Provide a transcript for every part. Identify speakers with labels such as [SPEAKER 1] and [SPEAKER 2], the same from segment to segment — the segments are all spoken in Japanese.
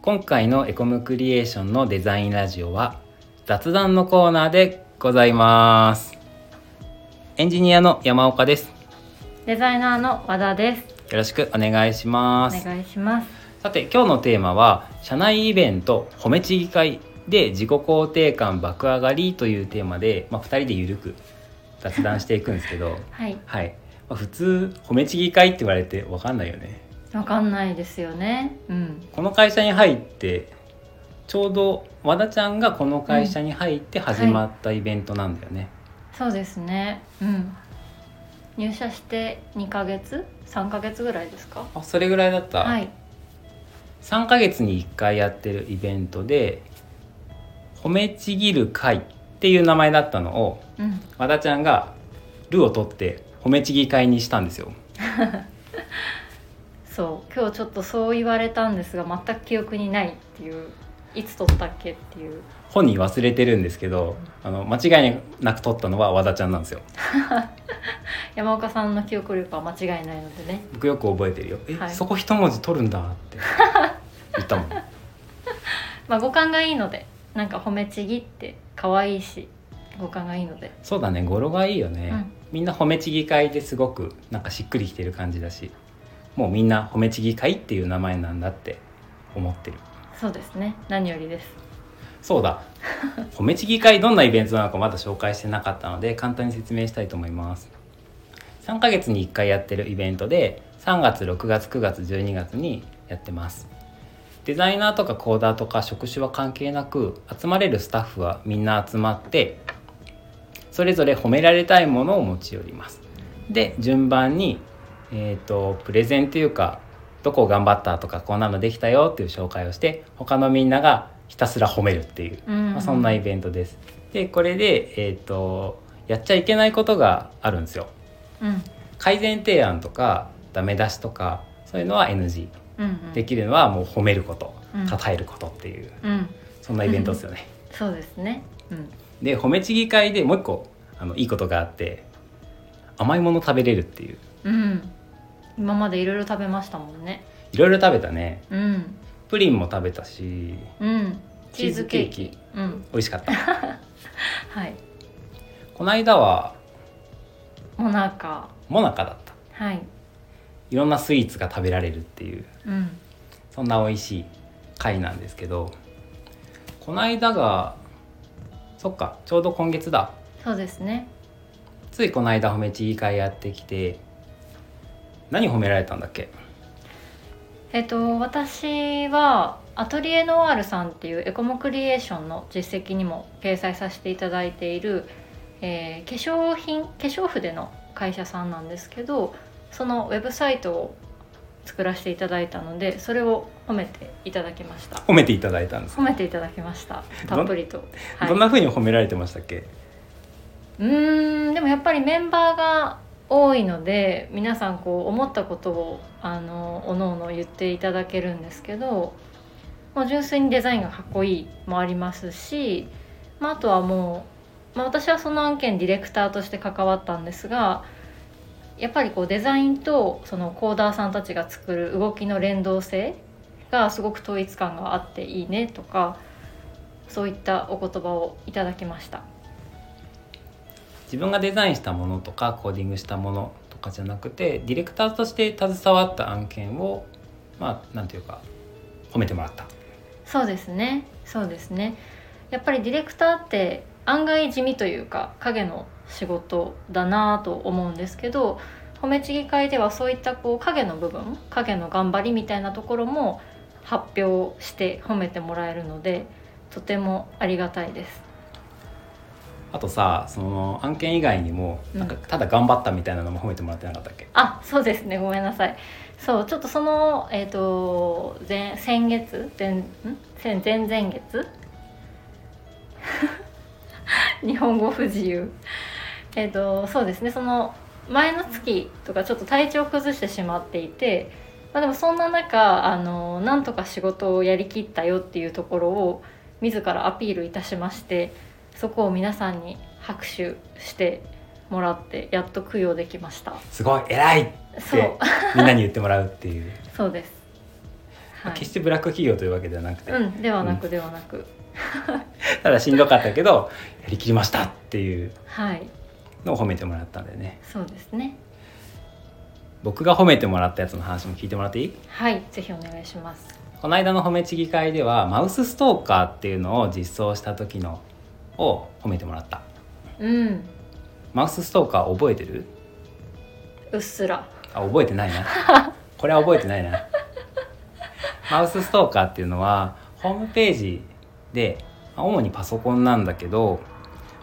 [SPEAKER 1] 今回のエコムクリエーションのデザインラジオは雑談のコーナーでございますエンジニアの山岡です
[SPEAKER 2] デザイナーの和田です。
[SPEAKER 1] よろしくお願いし
[SPEAKER 2] お
[SPEAKER 1] ます
[SPEAKER 2] 願いします。
[SPEAKER 1] さて今日のテーマは社内イベント褒めちぎ会で自己肯定感爆上がりというテーマで、まあ、2人でゆるく雑談していくんですけ ど
[SPEAKER 2] はい、
[SPEAKER 1] はい、まあ、普通褒めちぎ会って言われて分かんないよね
[SPEAKER 2] わかんないですよね。うん、
[SPEAKER 1] この会社に入ってちょうど和田ちゃんがこの会社に入って始まったイベントなんだよね、
[SPEAKER 2] そうですね。うん。入社して2ヶ月、3ヶ月ぐらいですか。
[SPEAKER 1] あそれぐらいだった、
[SPEAKER 2] はい、
[SPEAKER 1] 3ヶ月に1回やってるイベントで「褒めちぎる会」っていう名前だったのを
[SPEAKER 2] うん、
[SPEAKER 1] 和田ちゃんが「ル」を取って褒めちぎ会にしたんですよ
[SPEAKER 2] そう。今日ちょっとそう言われたんですが、全く記憶にないっていう。いつ撮ったっけっていう。
[SPEAKER 1] 本人忘れてるんですけどあの間違いなく取ったのは和田ちゃんなんですよ
[SPEAKER 2] 山岡さんの記憶力は間違いないのでね。
[SPEAKER 1] 僕よく覚えてるよ「え、
[SPEAKER 2] はい
[SPEAKER 1] そこ一文字取るんだ」 って言ったもん
[SPEAKER 2] まあ五感がいいので、なんか褒めちぎって可愛いし、五感がいいので。
[SPEAKER 1] そうだね語呂がいいよね、
[SPEAKER 2] うん
[SPEAKER 1] みんな褒めちぎ会ですごくなんかしっくりきてる感じだしもうみんな褒めちぎ会っていう名前なんだって思ってる
[SPEAKER 2] そうですね。何よりです。
[SPEAKER 1] そうだ褒めちぎ会どんなイベントなのかまだ紹介してなかったので簡単に説明したいと思います3ヶ月に1回やってるイベントで3月6月9月12月にやってますデザイナーとかコーダーとか職種は関係なく集まれるスタッフはみんな集まってそれぞれ褒められたいものを持ち寄りますで順番に、えー、とプレゼンというかどこを頑張ったとかこんなのできたよっていう紹介をして他のみんながひたすら褒めるっていう、
[SPEAKER 2] うん、
[SPEAKER 1] まあ、そんなイベントです。でこれで、えー、とやっちゃいけないことがあるんですよ。
[SPEAKER 2] うん、
[SPEAKER 1] 改善提案とかダメ出しとかそういうのは NG
[SPEAKER 2] うん、うん。
[SPEAKER 1] できるのはもう褒めること
[SPEAKER 2] うん
[SPEAKER 1] 称えることっていう
[SPEAKER 2] うん、
[SPEAKER 1] そんなイベントですよね。
[SPEAKER 2] そうですね。うん。
[SPEAKER 1] で褒めちぎ会でもう一個あのいいことがあって甘いもの食べれるっていう
[SPEAKER 2] うん。今までいろいろ食べましたもんね。
[SPEAKER 1] いろいろ食べたね
[SPEAKER 2] うん。
[SPEAKER 1] プリンも食べたし
[SPEAKER 2] うん。
[SPEAKER 1] チーズケーキ
[SPEAKER 2] うん。
[SPEAKER 1] 美味しかった
[SPEAKER 2] はい。
[SPEAKER 1] この間は
[SPEAKER 2] もなか。
[SPEAKER 1] モナカだった
[SPEAKER 2] はい。
[SPEAKER 1] いろんなスイーツが食べられるっていう
[SPEAKER 2] うん。
[SPEAKER 1] そんな美味しい回なんですけどこの間がそっかちょうど今月だ
[SPEAKER 2] そうですね。
[SPEAKER 1] ついこの間褒めちぎ会やってきて何褒められたんだっけ
[SPEAKER 2] えっと、私は。アトリエノワールさんっていうエコモクリエーションの実績にも掲載させていただいている、えー化粧品化粧筆の会社さんなんですけどそのウェブサイトを作らせていただいたのでそれを褒めていただきました
[SPEAKER 1] 褒めていただいたんです、
[SPEAKER 2] 褒めていただきました
[SPEAKER 1] どん
[SPEAKER 2] たっぷりと、はい、
[SPEAKER 1] どんな風に褒められてましたっけ
[SPEAKER 2] うーんでもやっぱりメンバーが多いので皆さんこう思ったことをあのおのおの言っていただけるんですけどもう純粋にデザインがかっこいいもありますし、まあ、あとはもう、まあ、私はその案件ディレクターとして関わったんですがやっぱりこうデザインとそのコーダーさんたちが作る動きの連動性がすごく統一感があっていいねとかそういったお言葉をいただきました。
[SPEAKER 1] 自分がデザインしたものとかコーディングしたものとかじゃなくてディレクターとして携わった案件をまあなんていうか褒めてもらった
[SPEAKER 2] そうですねそうですねやっぱりディレクターって案外地味というか影の仕事だなぁと思うんですけど褒めちぎ会ではそういったこう影の部分影の頑張りみたいなところも発表して褒めてもらえるのでとてもありがたいです。
[SPEAKER 1] あとさその案件以外にも
[SPEAKER 2] うん
[SPEAKER 1] なんかただ頑張ったみたいなのも褒めてもらってなかったっけ、
[SPEAKER 2] あそうですねごめんなさいそうちょっとそのえっ、と前先月前ん先前々月 日本語不自由えっ、とそうですねその前の月とかちょっと体調崩してしまっていてまあでもそんな中あのなんとか仕事をやりきったよっていうところを自らアピールいたしましてそこを皆さんに拍手してもらってやっと供養できました
[SPEAKER 1] すごい偉いって
[SPEAKER 2] そう
[SPEAKER 1] みんなに言ってもらうっていう
[SPEAKER 2] そうです。はい
[SPEAKER 1] 決してブラック企業というわけではなくて、
[SPEAKER 2] うん、ではなくではなく、
[SPEAKER 1] ただしんどかったけどやりきりましたっていう
[SPEAKER 2] はい
[SPEAKER 1] のを褒めてもらったんでね
[SPEAKER 2] そうですね
[SPEAKER 1] 僕が褒めてもらったやつの話も聞いてもらっていい
[SPEAKER 2] はいぜひお願いします
[SPEAKER 1] この間の褒めちぎ会ではマウスストーカーっていうのを実装した時のを褒めてもらった
[SPEAKER 2] うん
[SPEAKER 1] マウスストーカー覚えてる
[SPEAKER 2] うっすら
[SPEAKER 1] あ覚えてないな これは覚えてないなマウスストーカーっていうのはホームページでまあ主にパソコンなんだけど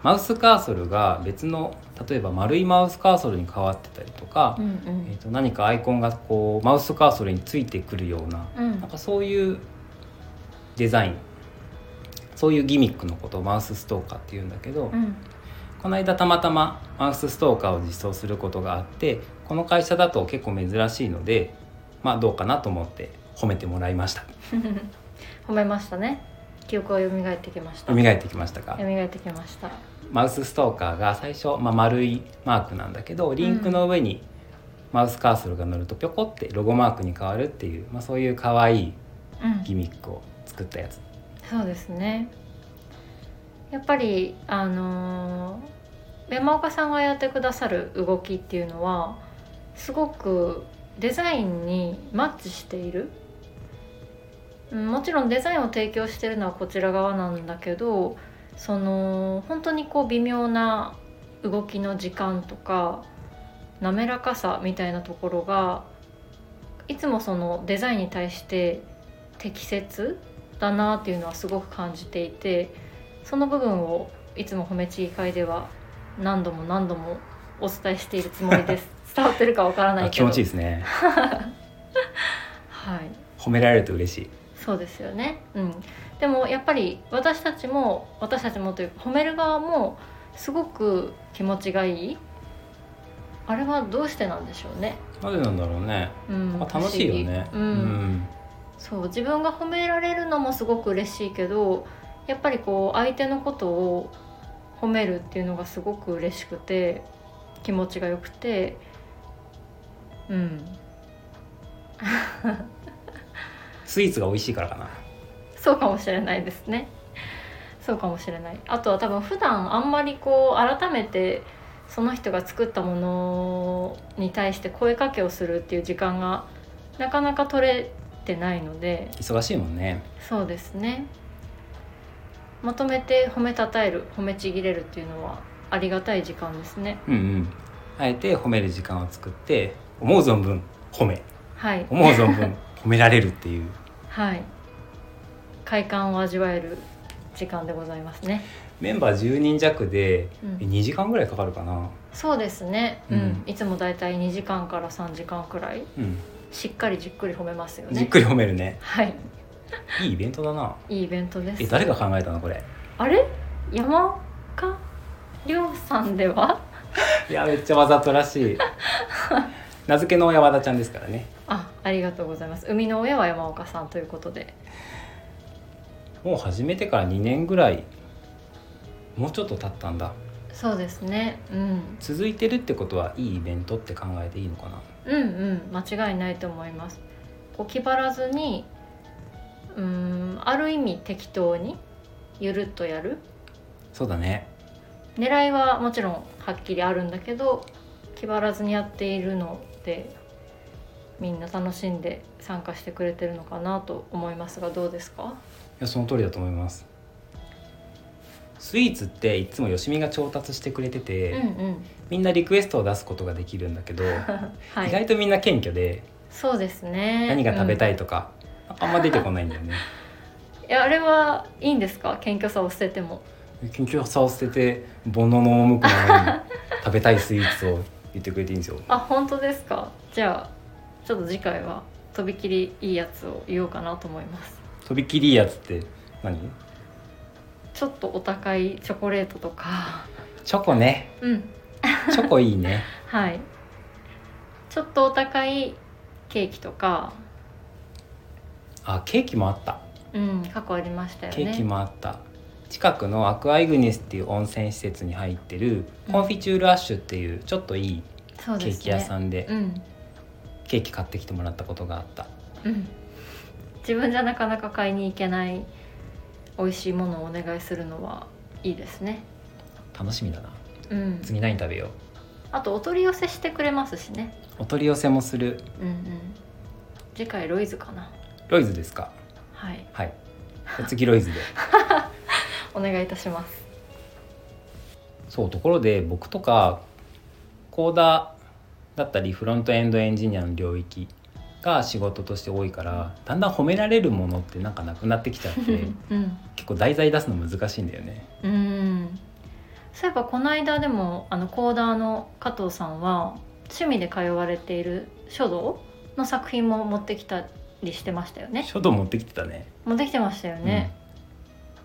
[SPEAKER 1] マウスカーソルが別の例えば丸いマウスカーソルに変わってたりとか、
[SPEAKER 2] うんう
[SPEAKER 1] えー、
[SPEAKER 2] ん
[SPEAKER 1] と何かアイコンがこうマウスカーソルについてくるような
[SPEAKER 2] うん
[SPEAKER 1] なんかそういうデザインそういうギミックのことをマウスストーカーっていうんだけど、
[SPEAKER 2] うん
[SPEAKER 1] この間たまたまマウスストーカーを実装することがあってこの会社だと結構珍しいのでまあどうかなと思って褒めてもらいました
[SPEAKER 2] 褒めましたね記憶は蘇ってきました
[SPEAKER 1] 蘇ってきましたか
[SPEAKER 2] 蘇ってきました
[SPEAKER 1] マウスストーカーが最初、まあ、丸いマークなんだけどリンクの上にマウスカーソルが乗るとぴょこってロゴマークに変わるっていう、まあ、そういう可愛い
[SPEAKER 2] うん
[SPEAKER 1] ギミックを作ったやつ
[SPEAKER 2] そうですねやっぱりあのー山岡さんがやってくださる動きっていうのはすごくデザインにマッチしているうんもちろんデザインを提供してるのはこちら側なんだけどその本当にこう微妙な動きの時間とか滑らかさみたいなところがいつもそのデザインに対して適切だなっていうのはすごく感じていてその部分をいつも褒めちぎ会では何度も何度もお伝えしているつもりです伝わってるかわからない
[SPEAKER 1] あ
[SPEAKER 2] け
[SPEAKER 1] 気
[SPEAKER 2] ど
[SPEAKER 1] 持ちいいですね
[SPEAKER 2] はい
[SPEAKER 1] 褒められると嬉しい
[SPEAKER 2] そうですよね、うん、でもやっぱり私たちも私たちもというか褒める側もすごく気持ちがいいあれはどうしてなんでしょうね、
[SPEAKER 1] なぜなんだろうね
[SPEAKER 2] うん、
[SPEAKER 1] あ楽しいよね
[SPEAKER 2] 不思議うんそう自分が褒められるのもすごく嬉しいけどやっぱりこう相手のことを褒めるっていうのがすごく嬉しくて気持ちが良くてうん
[SPEAKER 1] スイーツが美味しいからかな
[SPEAKER 2] そうかもしれないですねそうかもしれないあとは多分普段あんまりこう改めてその人が作ったものに対して声かけをするっていう時間がなかなか取れてないので
[SPEAKER 1] 忙しいもんね
[SPEAKER 2] そうですねまとめて褒めたたえる褒めちぎれるっていうのはありがたい時間ですね
[SPEAKER 1] うんうんあえて褒める時間を作って思う存分褒め
[SPEAKER 2] はい
[SPEAKER 1] 思う存 分褒められるっていう
[SPEAKER 2] はい快感を味わえる時間でございますね
[SPEAKER 1] メンバー10人弱で
[SPEAKER 2] うん
[SPEAKER 1] え2時間ぐらいかかるかな
[SPEAKER 2] そうですねう、
[SPEAKER 1] うんん
[SPEAKER 2] いつもだいたい2時間から3時間くらい
[SPEAKER 1] うん
[SPEAKER 2] しっかりじっくり褒めますよ
[SPEAKER 1] じっ
[SPEAKER 2] ね
[SPEAKER 1] くり褒めるね
[SPEAKER 2] はい
[SPEAKER 1] いいイベントだない
[SPEAKER 2] いイベントです
[SPEAKER 1] え誰が考えたのこれ
[SPEAKER 2] あれ山岡亮さんではい
[SPEAKER 1] やめっちゃわざとら しい名付けの親和田ちゃんですからね
[SPEAKER 2] あありがとうございます生みの親は山岡さんということで
[SPEAKER 1] もう始めてから2年ぐらいもうちょっと経ったんだ
[SPEAKER 2] そうですねうん
[SPEAKER 1] 続いてるってことはいいイベントって考えていいのかな
[SPEAKER 2] うんうん間違いないと思いますこう気張らずにうーんある意味適当にゆるっとやる
[SPEAKER 1] そうだね
[SPEAKER 2] 狙いはもちろんはっきりあるんだけど気張らずにやっているのでみんな楽しんで参加してくれてるのかなと思いますがどうですか
[SPEAKER 1] いやその通りだと思いますスイーツっていつもよしみが調達してくれてて、
[SPEAKER 2] うんうん
[SPEAKER 1] みんなリクエストを出すことができるんだけど、
[SPEAKER 2] は
[SPEAKER 1] 意
[SPEAKER 2] い
[SPEAKER 1] 外とみんな謙虚で
[SPEAKER 2] そうですね
[SPEAKER 1] 何が食べた
[SPEAKER 2] い、
[SPEAKER 1] いとか、あんま出てこないんだよね
[SPEAKER 2] うんいやあれはいいんですか謙虚さを捨てても
[SPEAKER 1] 謙虚さを捨てて煩悩の赴くままに 食べたいスイーツを言ってくれていいんですよ
[SPEAKER 2] あ本当ですかじゃあちょっと次回はとびきりいいやつを言おうかなと思います
[SPEAKER 1] とびきりいいやつって何
[SPEAKER 2] ちょっとお高いチョコレートとか
[SPEAKER 1] チョコね
[SPEAKER 2] うん
[SPEAKER 1] チョコいいね
[SPEAKER 2] はいちょっとお高いケーキとか
[SPEAKER 1] あケーキもあった
[SPEAKER 2] うん過去ありましたよね
[SPEAKER 1] ケーキもあった、近くのアクアイグニスっていう温泉施設に入ってるコンフィチュールアッシュっていうちょっといい
[SPEAKER 2] そう
[SPEAKER 1] ケ
[SPEAKER 2] です、ね、
[SPEAKER 1] ーキ屋さ
[SPEAKER 2] ん
[SPEAKER 1] んで
[SPEAKER 2] うん
[SPEAKER 1] ケーキ買ってきてもらったことがあった、
[SPEAKER 2] うん自分じゃなかなか買いに行けない美味しいものをお願いするのはいいですね
[SPEAKER 1] 楽しみだな
[SPEAKER 2] うん
[SPEAKER 1] 次何食べよう
[SPEAKER 2] あとお取り寄せしてくれますしね
[SPEAKER 1] お取り寄せもする
[SPEAKER 2] うんうん次回ロイズかな
[SPEAKER 1] ロイズですか
[SPEAKER 2] はい
[SPEAKER 1] はいじゃあ次ロイ ズで
[SPEAKER 2] お願いいたします
[SPEAKER 1] そうところで僕とかコーダーだったりフロントエンドエンジニアの領域が仕事として多いからだんだん褒められるものってなんかなくなってきちゃって
[SPEAKER 2] うん
[SPEAKER 1] 結構題材出すの難しいんだよね
[SPEAKER 2] うんそういえばこの間でもあのコーダーの加藤さんは趣味で通われている書道の作品も持ってきたりしてましたよね
[SPEAKER 1] 書道持ってきてたね
[SPEAKER 2] 持ってきてましたよね、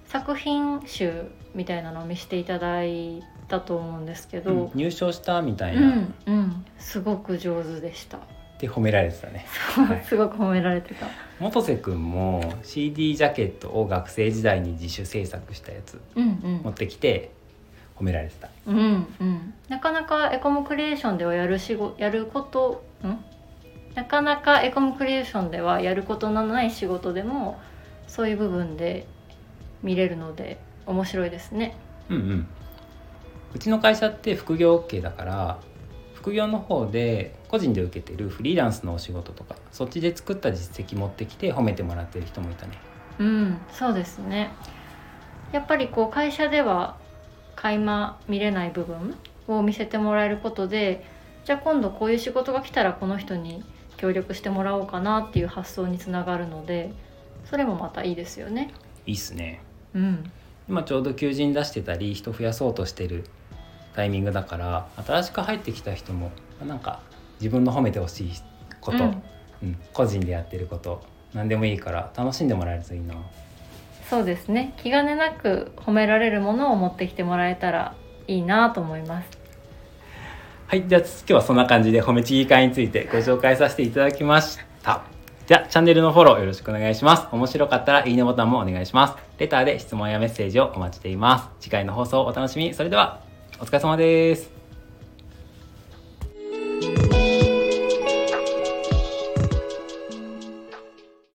[SPEAKER 2] 作品集みたいなのを見せていただいたと思うんですけ
[SPEAKER 1] う
[SPEAKER 2] ど、
[SPEAKER 1] んうん入賞したみたいな、
[SPEAKER 2] うん、うん、すごく上手でした。
[SPEAKER 1] で褒められてたねはい
[SPEAKER 2] すごく褒められてた。
[SPEAKER 1] 元瀬くんも CD ジャケットを学生時代に自主制作したやつ
[SPEAKER 2] うん
[SPEAKER 1] 持ってきて褒められてた
[SPEAKER 2] うん、うんうん。なかなかエコムクリエーションではやる仕事やること、ん？なかなかエコムクリエーションではやることのない仕事でもそういう部分で見れるので面白いですね。
[SPEAKER 1] うんうんうちの会社って副業 OK だから副業の方で個人で受けてるフリーランスのお仕事とかそっちで作った実績持ってきて褒めてもらってる人もいたね
[SPEAKER 2] うん、そうですね。やっぱりこう会社では垣間見れない部分を見せてもらえることでじゃあ今度こういう仕事が来たらこの人に協力してもらおうかなっていう発想につながるのでそれもまたいいですよね。
[SPEAKER 1] いいっすね
[SPEAKER 2] うん、
[SPEAKER 1] 今ちょうど求人出してたり人増やそうとしてるタイミングだから新しく入ってきた人もなんか自分の褒めてほしいこと、
[SPEAKER 2] うん
[SPEAKER 1] うん個人でやってること何でもいいから楽しんでもらえるといいな
[SPEAKER 2] そうですね気兼ねなく褒められるものを持ってきてもらえたらいいなと思います。
[SPEAKER 1] はいじゃあ今日はそんな感じで褒めちぎ会についてご紹介させていただきましたじゃあチャンネルのフォローよろしくお願いします面白かったらいいねボタンもお願いしますレターで質問やメッセージをお待ちしています次回の放送をお楽しみにそれではお疲れ様です